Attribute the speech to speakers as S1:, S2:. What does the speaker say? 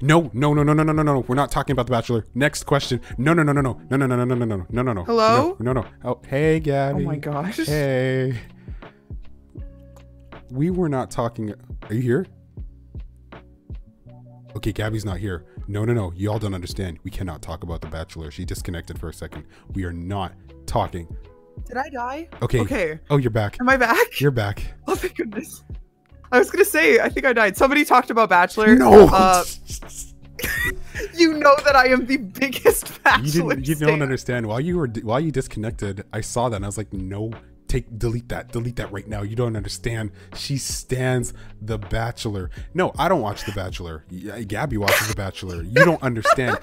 S1: No, no, no, no, no, no, no, no. We're not talking about The Bachelor. Next question. No, no, no, no, no, no, no, no, no, no, no, no, no, no, no.
S2: Hello?
S1: No, no, no. Oh, hey,
S2: Oh
S1: Gabby.
S2: my gosh.
S1: Hey. We were not talking. Are you here? Okay, Gabby's not here. No, no, no. Y'all don't understand. We cannot talk about The Bachelor. She disconnected for a second. We are not talking.
S2: Did I die?
S1: Okay.
S2: Okay.
S1: Oh, you're back.
S2: Am I back?
S1: You're back.
S2: Oh my goodness. I was gonna say, I think I died. Somebody talked about Bachelor.
S1: No.
S2: Uh, you know that I am the biggest Bachelor.
S1: you didn't. You don't
S2: stan.
S1: understand. While you were while you disconnected, I saw that and I was like, no, take delete that, delete that right now. You don't understand. She stands The Bachelor. No, I don't watch The Bachelor. Y- Gabby watches The Bachelor. You don't understand.